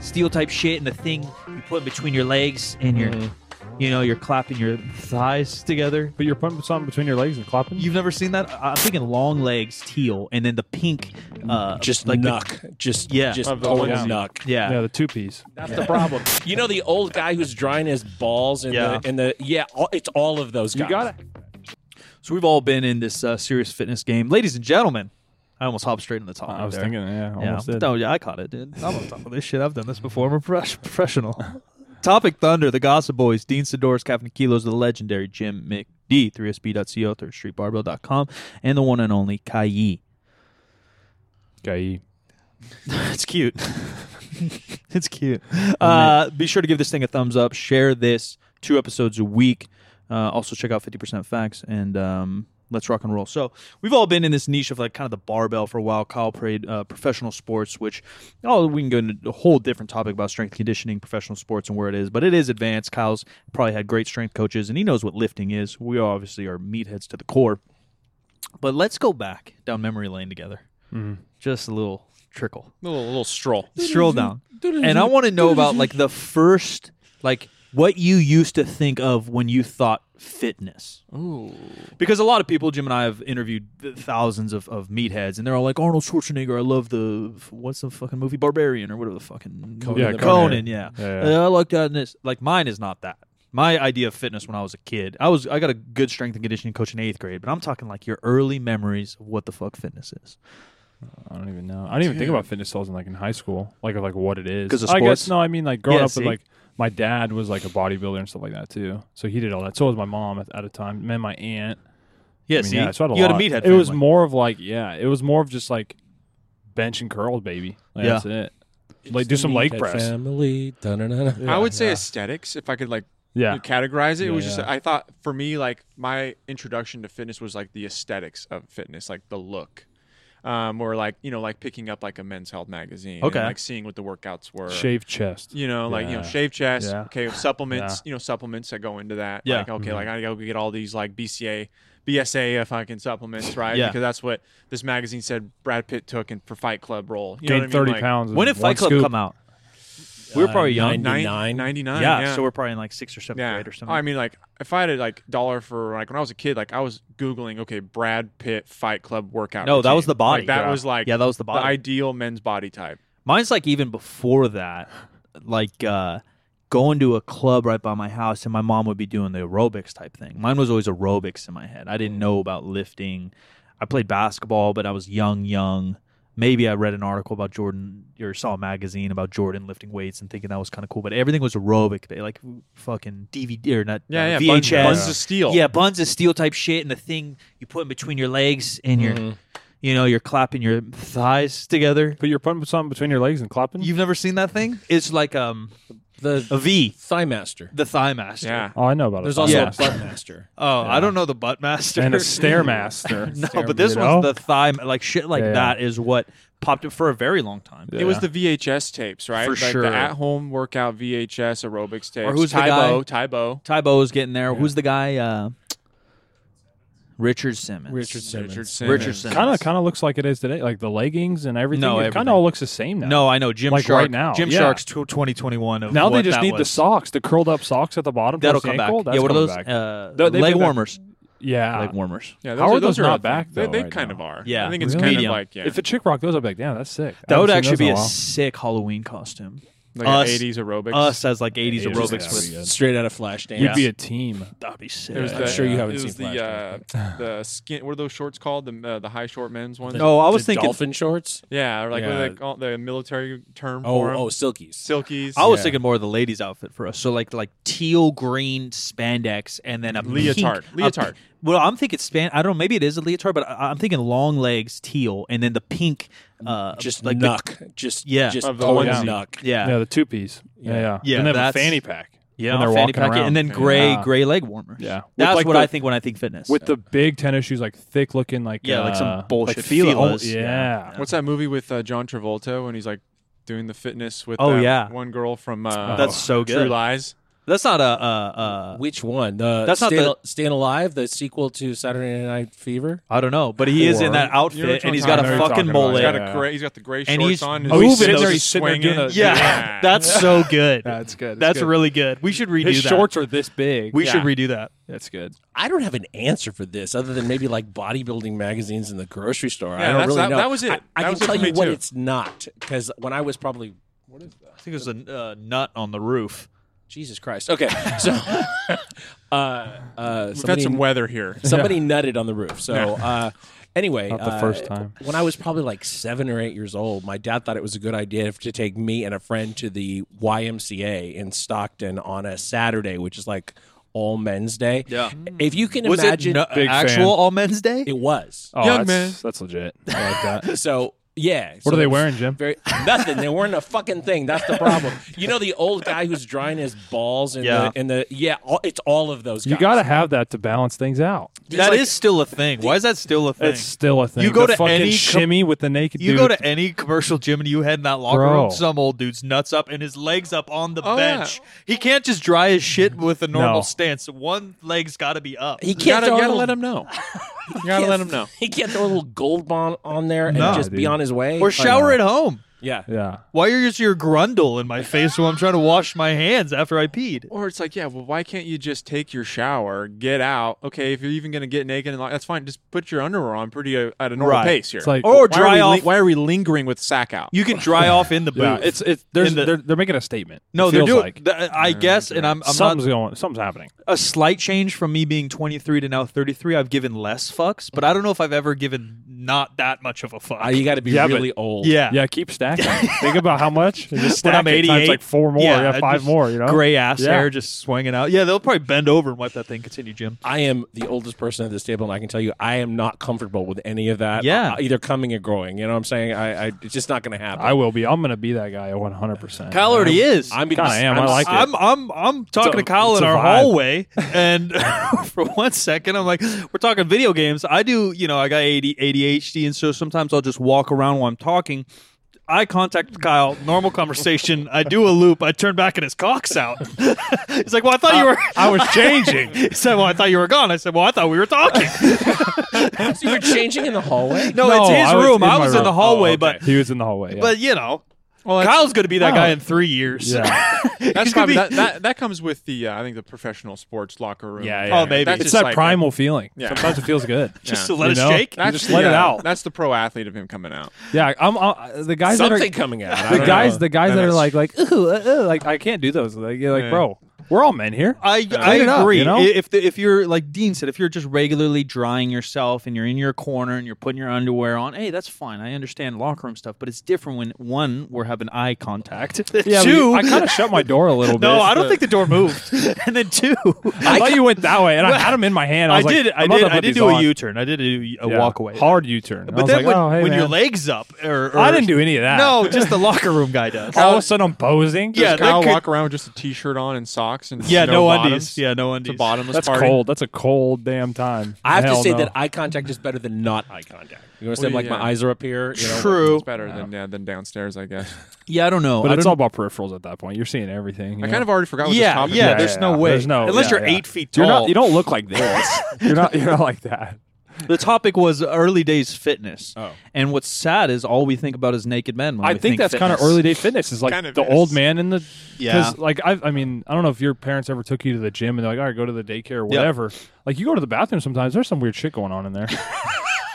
steel type shit and the thing you put in between your legs and your, Mm-hmm. you know, you're clapping your thighs together. But you're putting something between your legs and clapping. You've never seen that? I- I'm thinking long legs, teal, and then the pink, uh, just like like the- knuck, just Yeah. just Of the total onesie. knuck. yeah, yeah, the two piece. That's the problem. You know the old guy who's drying his balls in Yeah. the in the yeah. All, it's all of those guys. You got it. So we've all been in this uh, serious fitness game, ladies and gentlemen. I almost hopped straight in the top. I was there. thinking, yeah, Yeah, almost did. oh yeah, I caught it, dude. I'm on top of this shit. I've done this before. I'm a prof- professional. Topic Thunder, the Gossip Boys, Dean Sidorus, Captain Kilos, the legendary Jim McD, 3sb.co, thirdstreetbarbell.com, and the one and only Kai. Okay. it's cute. it's cute. Uh, be sure to give this thing a thumbs up. Share this two episodes a week. Uh, also, check out 50% Facts and um, Let's Rock and Roll. So, we've all been in this niche of like kind of the barbell for a while. Kyle prayed uh, professional sports, which, oh, we can go into a whole different topic about strength conditioning, professional sports, and where it is, but it is advanced. Kyle's probably had great strength coaches and he knows what lifting is. We obviously are meatheads to the core. But let's go back down memory lane together. Just a little trickle little, little stroll. stroll down and i want to know about like the first like what you used to think of when you thought fitness because a lot of people jim and i have interviewed th- thousands of, of meatheads and they're all like arnold schwarzenegger i love the f- what's the fucking movie barbarian or whatever the fucking Conan yeah, the conan Barbarian. yeah, Yeah, yeah. Uh, i like that and this like mine is not that my idea of fitness when I was a kid, I was I got a good strength and conditioning coach in eighth grade, but I'm talking like your early memories of what the fuck fitness is. I don't even know. I didn't even think about fitness cells in like in high school, like of like what it is. 'Cause of I sports? guess no. I mean, like growing Yeah, up see? with like my dad was like a bodybuilder and stuff like that too. So he did all that. So was my mom at, at a time. And then my aunt. Yeah, I mean, see, yeah, so I had a you lot. had a meathead. It was family. more of like yeah, it was more of just like bench and curls, baby. Like, Yeah. that's it. Like do some leg press. Family. I would say aesthetics if I could like Yeah, categorize it. it Yeah, was just yeah. I thought for me like my introduction to fitness was like the aesthetics of fitness, like the look. Um, or like you know, like picking up like a Men's Health magazine, Okay. and like seeing what the workouts were, shaved chest. you know, like you know, Yeah. shave chest, Yeah. okay, supplements, Yeah. Mm-hmm. you know, supplements that go into that, Yeah. like okay, like I gotta go get all these like BCA, BSA uh, fucking supplements, right? Yeah. Because that's what this magazine said Brad Pitt took in for Fight Club role. You know Gained what I mean? thirty Like, pounds. in When did one Fight Club scoop. come out? We were Uh, probably young. nine- 99? nine- 99, yeah, yeah. so we're probably in like sixth or seventh yeah. Oh, grade or something. I mean, like if I had a like dollar for like when I was a kid, like I was googling, okay, Brad Pitt Fight Club workout. No, that was routine. the body. Like, that Yeah. was like Yeah, that was the body. ideal men's body type. Mine's like even before that, like uh, going to a club right by my house, and my mom would be doing the aerobics type thing. Mine was always aerobics in my head. I didn't know about lifting. I played basketball, but I was young, young. Maybe I read an article about Jordan or saw a magazine about Jordan lifting weights and thinking that was kind of cool. But everything was aerobic, ba- like fucking DVD or not Yeah, uh, yeah, buns- VHS, buns of steel. Yeah, buns of steel type shit, and the thing you put in between your legs and Mm-hmm. your, you know, you're clapping your thighs together. But you're putting something between your legs and clapping. You've never seen that thing? It's like um a The V, thigh master. the thigh master. Yeah, oh, I know about it. There's also Yeah. a butt master. Oh, I don't know the butt master. and a stairmaster. no, but this you know? one's the thigh, like shit, like Yeah. that is what popped up for a very long time. Yeah. it was the VHS tapes, right? For like sure. The at-home workout VHS aerobics tapes. Or who's the Tybo? Tybo. Tybo was getting there. Who's the guy? Uh, Richard Simmons. Richard Simmons. Richard Simmons. Richard Simmons. kind of kind of looks like it is today. Like the leggings and everything. No, it kind everything. of all looks the same now. No, I know Jim Like Shark. right now, Jim yeah. Shark's tw- 2021. Of now they what just that need the was. socks, the curled up socks at the bottom. That'll close to come the back. ankle. That's yeah, what are coming those? back. Uh, leg Th- they've been Ah. back- warmers. yeah, leg warmers. Yeah, How are those a not thing. back, They, though, they right kind now? of are. Yeah. I think it's Really? kind Medium. of like yeah, If a chick rock those up, like damn, that's sick. I That would haven't seen actually those in be a while. sick Halloween costume. like an us- 80s aerobics. Us as like 80s Yeah, aerobics. yeah. with, Straight out of Flashdance. You'd be a team. that'd be sick. It was I'm the, sure you haven't it was seen the uh, Flash, the skin. What are those shorts called? The uh, the high short men's ones. No, Oh, I was The thinking. dolphin shorts. Yeah, or like what Yeah. do they call the military term Oh, for 'em? oh, silkies. silkies. I was Yeah. thinking more of the ladies' outfit for us. So like like teal green spandex and then a pink- Leotard. a Leotard. p- well, I'm thinking span. I don't. know. Maybe it is a leotard, but I, I'm thinking long legs, teal, and then the pink. Uh, Just like like the- knuck. just Yeah. just Of the total onesie. knuck. yeah, Yeah, the two piece. Yeah, yeah. Yeah, And they have a that's- fanny pack. yeah, when they're fanny walking packet, around. and then gray Yeah. gray leg warmers. Yeah. With, that's like, what the- I think when I think fitness. with the big tennis shoes, like thick looking, like Yeah, like some uh, bullshit like Fila. Filas. Yeah. Yeah. What's that movie with uh, John Travolta when he's like doing the fitness with Oh, that yeah. one girl from uh, That's so True good. Lies. That's not a. a, a Which one? The That's not Staying, the- Staying Alive, the sequel to Saturday Night Fever. I don't know, but he is in Or- that You know outfit which and he's one got I'm a talking fucking about. mullet. He's got Yeah, Yeah. a gray. He's got the gray And shorts he's on. His moving waist there, is he's sitting there doing swinging. a- Yeah. that's so good. That's good. That's really good. We should redo His that. shorts are this big. we should Yeah. redo that. That's good. I don't have an answer for this other than maybe like bodybuilding magazines in the grocery store. I Yeah, don't that's- really that- know. that was it. I, I That can was it tell for you me what too. it's not because when I was probably I think there's a uh, nut on the roof. Jesus Christ. Okay, so uh, uh, We've had somebody- some weather here. Somebody nutted on the roof. So uh, anyway, Not the uh, first time. When I was probably like seven or eight years old, my dad thought it was a good idea if- to take me and a friend to the YMCA in Stockton on a Saturday, which is like All Men's Day. Yeah. If you can Was imagine, it no, Big actual fan. All Men's Day? it was. Oh, Young that's, man. That's legit. I like that. So yeah. What are they wearing, Jim? Very nothing. They weren't a fucking thing. That's the problem. You know the old guy who's drying his balls in Yeah. the in the yeah. All, it's all of those. Guys. You got to have that to balance things out. That is still a thing. Why is that still a thing? It's still a thing. You go The to fucking any com- shimmy with the naked You dude. go to any commercial gym and you head in that locker Bro. room, some old dude's nuts up and his legs up on the Oh, yeah. bench. He can't just dry his shit with a normal No. stance. One leg's got to be up. He can't You gotta, throw a you gotta little- let him know. You gotta let him know. He can't throw a little gold bomb on there and No, just be dude. on his way. or shower at home. Yeah. Yeah. Why are you your grundle in my face while I'm trying to wash my hands after I peed? Or it's like, yeah, well, why can't you just take your shower, get out? Okay, if you're even gonna get naked, and like, that's fine. Just put your underwear on pretty uh, at a normal Right. pace here. It's like- Or Why are dry we li- off. why are we lingering with sack out? you can dry off in the booth. Yeah, it's it's there's, In the- they're, they're making a statement. no, It they're feels doing. like. th- I guess, and I'm, I'm something's not going. Something's happening. a slight change from me being 23 to now 33. I've given less fucks, but I don't know if I've ever given not that much of a fuck. Uh, you got to be Yeah, but- really old. yeah, Yeah, keep stacking. Think about how much. And just When stack I'm it times 88, like four more. Yeah, I five just- more. You know, gray ass Yeah. hair just swinging out. Yeah, they'll probably bend over and wipe that thing. Continue, Jim. I am the oldest person at this table, and I can tell you, I am not comfortable with any of that. Yeah. uh, either coming or growing. You know what I'm saying? I, I it's just not going to happen. I will be. I'm gonna be that guy 100. percent Kyle already is. I'm Kinda am. I like it. I'm I'm I'm talking to a- Kyle it's in a our vibe. hallway, and for one second I'm like, we're talking video games. I do, you know, I got AD, ADHD, and so sometimes I'll just walk around while I'm talking. Eye contact with Kyle, normal conversation. I do a loop. I turn back and his cock's out. He's like, "Well, I thought you were." I was changing. He said, "Well, I thought you were gone." I said, "Well, I thought we were talking." So you were changing in the hallway. No, Oh, it's his I was room. in I my was in the room. hallway, Oh, okay. but he was in the hallway. Yeah. but you know, Well, that's, Kyle's going to be that Oh. guy in three years. yeah, that's he's gonna probably, be- that, that, that comes with the uh, I think the professional sports locker room. Yeah, yeah. Oh, maybe. That's it's just that like- primal feeling. Yeah. Sometimes it feels good. Just Yeah. to let You us know? shake. That's just the, let it uh, out. That's the pro athlete of him coming out. Yeah, I'm uh, the guys that are Something coming out. I the don't guys know. the guys And that are like it's- like ooh, uh, uh, like I can't do those. Like you're like Yeah. bro, we're all men here. I, I it up, agree. you know? I- If the, if you're like Dean said, if you're just regularly drying yourself and you're in your corner and you're putting your underwear on, hey, that's fine. I understand locker room stuff, but it's different when one we're having eye contact. Yeah, but two, you- I kind of shut my door a little bit. no, I don't think the door moved. and then two, I thought you went that way, and I had him in my hand. I, I was like, did I I'm about did to I put did these do a on. U turn. I did a, a Yeah. walk away. hard U-turn. But then I was when, like, oh, hey, when man. your legs up, or, or I didn't do any of that. No, just the locker room guy does. all of a sudden I'm posing. Yeah, Does Kyle that could- walk around with just a t-shirt on and socks and yeah, no, bottoms? undies. Yeah, no undies. It's a bottomless that's party. cold. That's a cold damn time. I have to Hell say no. that eye contact is better than not eye contact. You know what I'm saying? Well, Like yeah. my eyes are up here. You know, like- True. It's better than yeah, than downstairs, I guess. Yeah, I don't know. but I it's don't- all about peripherals at that point. You're seeing everything. you I know? kind of already forgot what this yeah, topic yeah. was. There's yeah, no yeah. way. There's no- unless yeah, you're yeah. eight feet tall. You're not. You don't look like this. you're not. You're not like that. The topic was early days fitness. Oh. And what's sad is all we think about is naked men. When I we think that's kind of fitness. early day fitness. Is like Kind of the is. old man in the Yeah. Like I, I mean, I don't know if your parents ever took you to the gym and they're like, all right, go to the daycare or whatever. Like you go to the bathroom sometimes. There's some weird shit going on in there.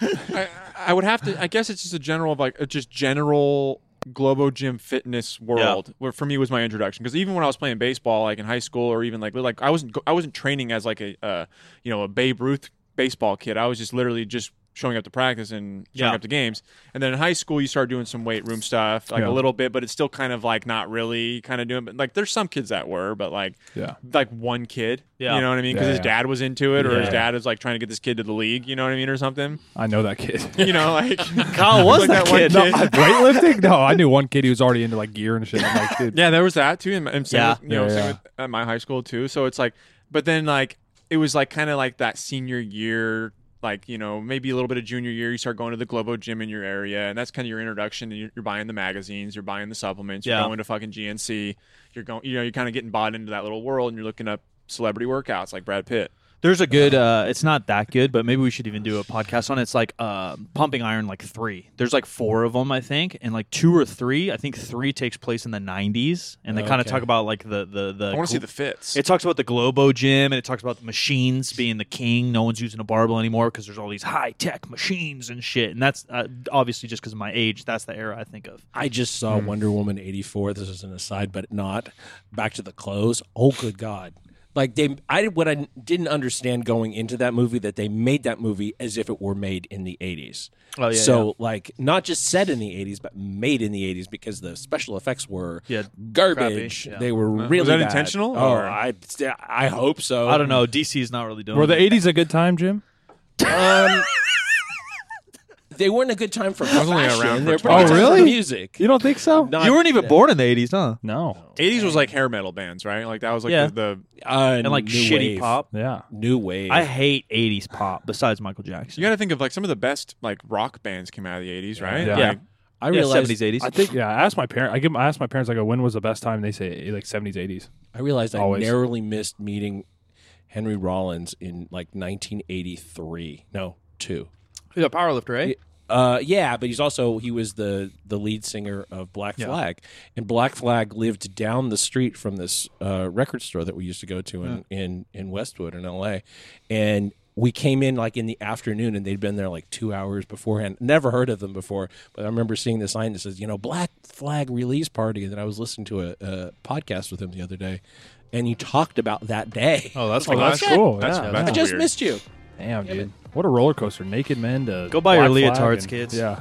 I, I would have to. I guess it's just a general of like a just general Globo Gym fitness world. Where for me was my introduction because even when I was playing baseball, like in high school or even like like I wasn't go- I wasn't training as like a uh, you know a Babe Ruth baseball kid. I was just literally just showing up to practice and showing Yeah. up to games. And then in high school, you start doing some weight room stuff like Yeah. a little bit, but it's still kind of like not really kind of doing. But like there's some kids that were, but like yeah. like one kid. Yeah. You know what I mean? Because Yeah, his yeah. dad was into it, or his Yeah. dad is like trying to get this kid to the league. You know what I mean, or something. I know that kid. You know, like Kyle was Like that, that one kid. No, I- weightlifting? No, I knew one kid who was already into like gear and shit. I'm like, dude, Yeah, there was that too. And, and same Yeah. with- you know, Yeah, same yeah. with, at my high school too. So it's like, but then like it was like kind of like that senior year like you know maybe a little bit of junior year you start going to the globo gym in your area and that's kind of your introduction and you're, you're buying the magazines you're buying the supplements Yeah. you're going to fucking gnc you're going you know you're kind of getting bought into that little world and you're looking up celebrity workouts like brad pitt There's a good. Uh, it's not that good, but maybe we should even do a podcast on it. It's like uh, pumping iron, like three. There's like four of them, I think, and like two or three. I think three takes place in the '90s, and they kind of Okay. talk about like the the the. i want to see the fits It talks about the Globo gym, and it talks about the machines being the king. No one's using a barbell anymore because there's all these high tech machines and shit. And that's uh, obviously just because of my age. That's the era I think of. I just saw Wonder Woman 84. This is an aside, but not back to the clothes. Oh, good God. Like they, I what I didn't understand going into that movie that they made that movie as if it were made in the eighties. Oh, yeah, So like not just set in the eighties, but made in the eighties because the special effects were Yeah, garbage. crappy, yeah. They were really that bad. intentional, Oh, or- I I hope so. I don't know. DC is not really doing. Were the it. '80s a good time, Jim? Um, they weren't a good time for was only fashion. around for they were a good 20 time Oh, for really? music. You don't think so? Not- You weren't even born in the '80s, huh? No. 80s was like hair metal bands right like that was like Yeah. the, the uh, And like new shitty wave. pop. Yeah. new wave. I hate '80s pop. Besides Michael Jackson. you got to think of like some of the best like rock bands came out of the 80s right Yeah. Like, I Yeah, realized 70s, 80s. I think yeah. I asked my parents. I give. I asked my parents. I go, when was the best time? They say like '70s, '80s. I realized I Always. narrowly missed meeting Henry Rollins in like 1983. No, two. He's a power lifter, eh? Uh, yeah, but he's also he was the the lead singer of Black Flag, and Black Flag lived down the street from this uh, record store that we used to go to in in, in Westwood in L.A. And we came in like in the afternoon, and they'd been there like two hours beforehand. Never heard of them before, but I remember seeing the sign that says you know Black Flag release party. And then I was listening to a, a podcast with him the other day, and he talked about that day. Oh, that's Oh, like that's that's cool. That's- yeah, that's I yeah. just weird. missed you. Damn, dude. What a roller coaster. Naked men to Go buy your Black Flag leotards, and- kids. Yeah.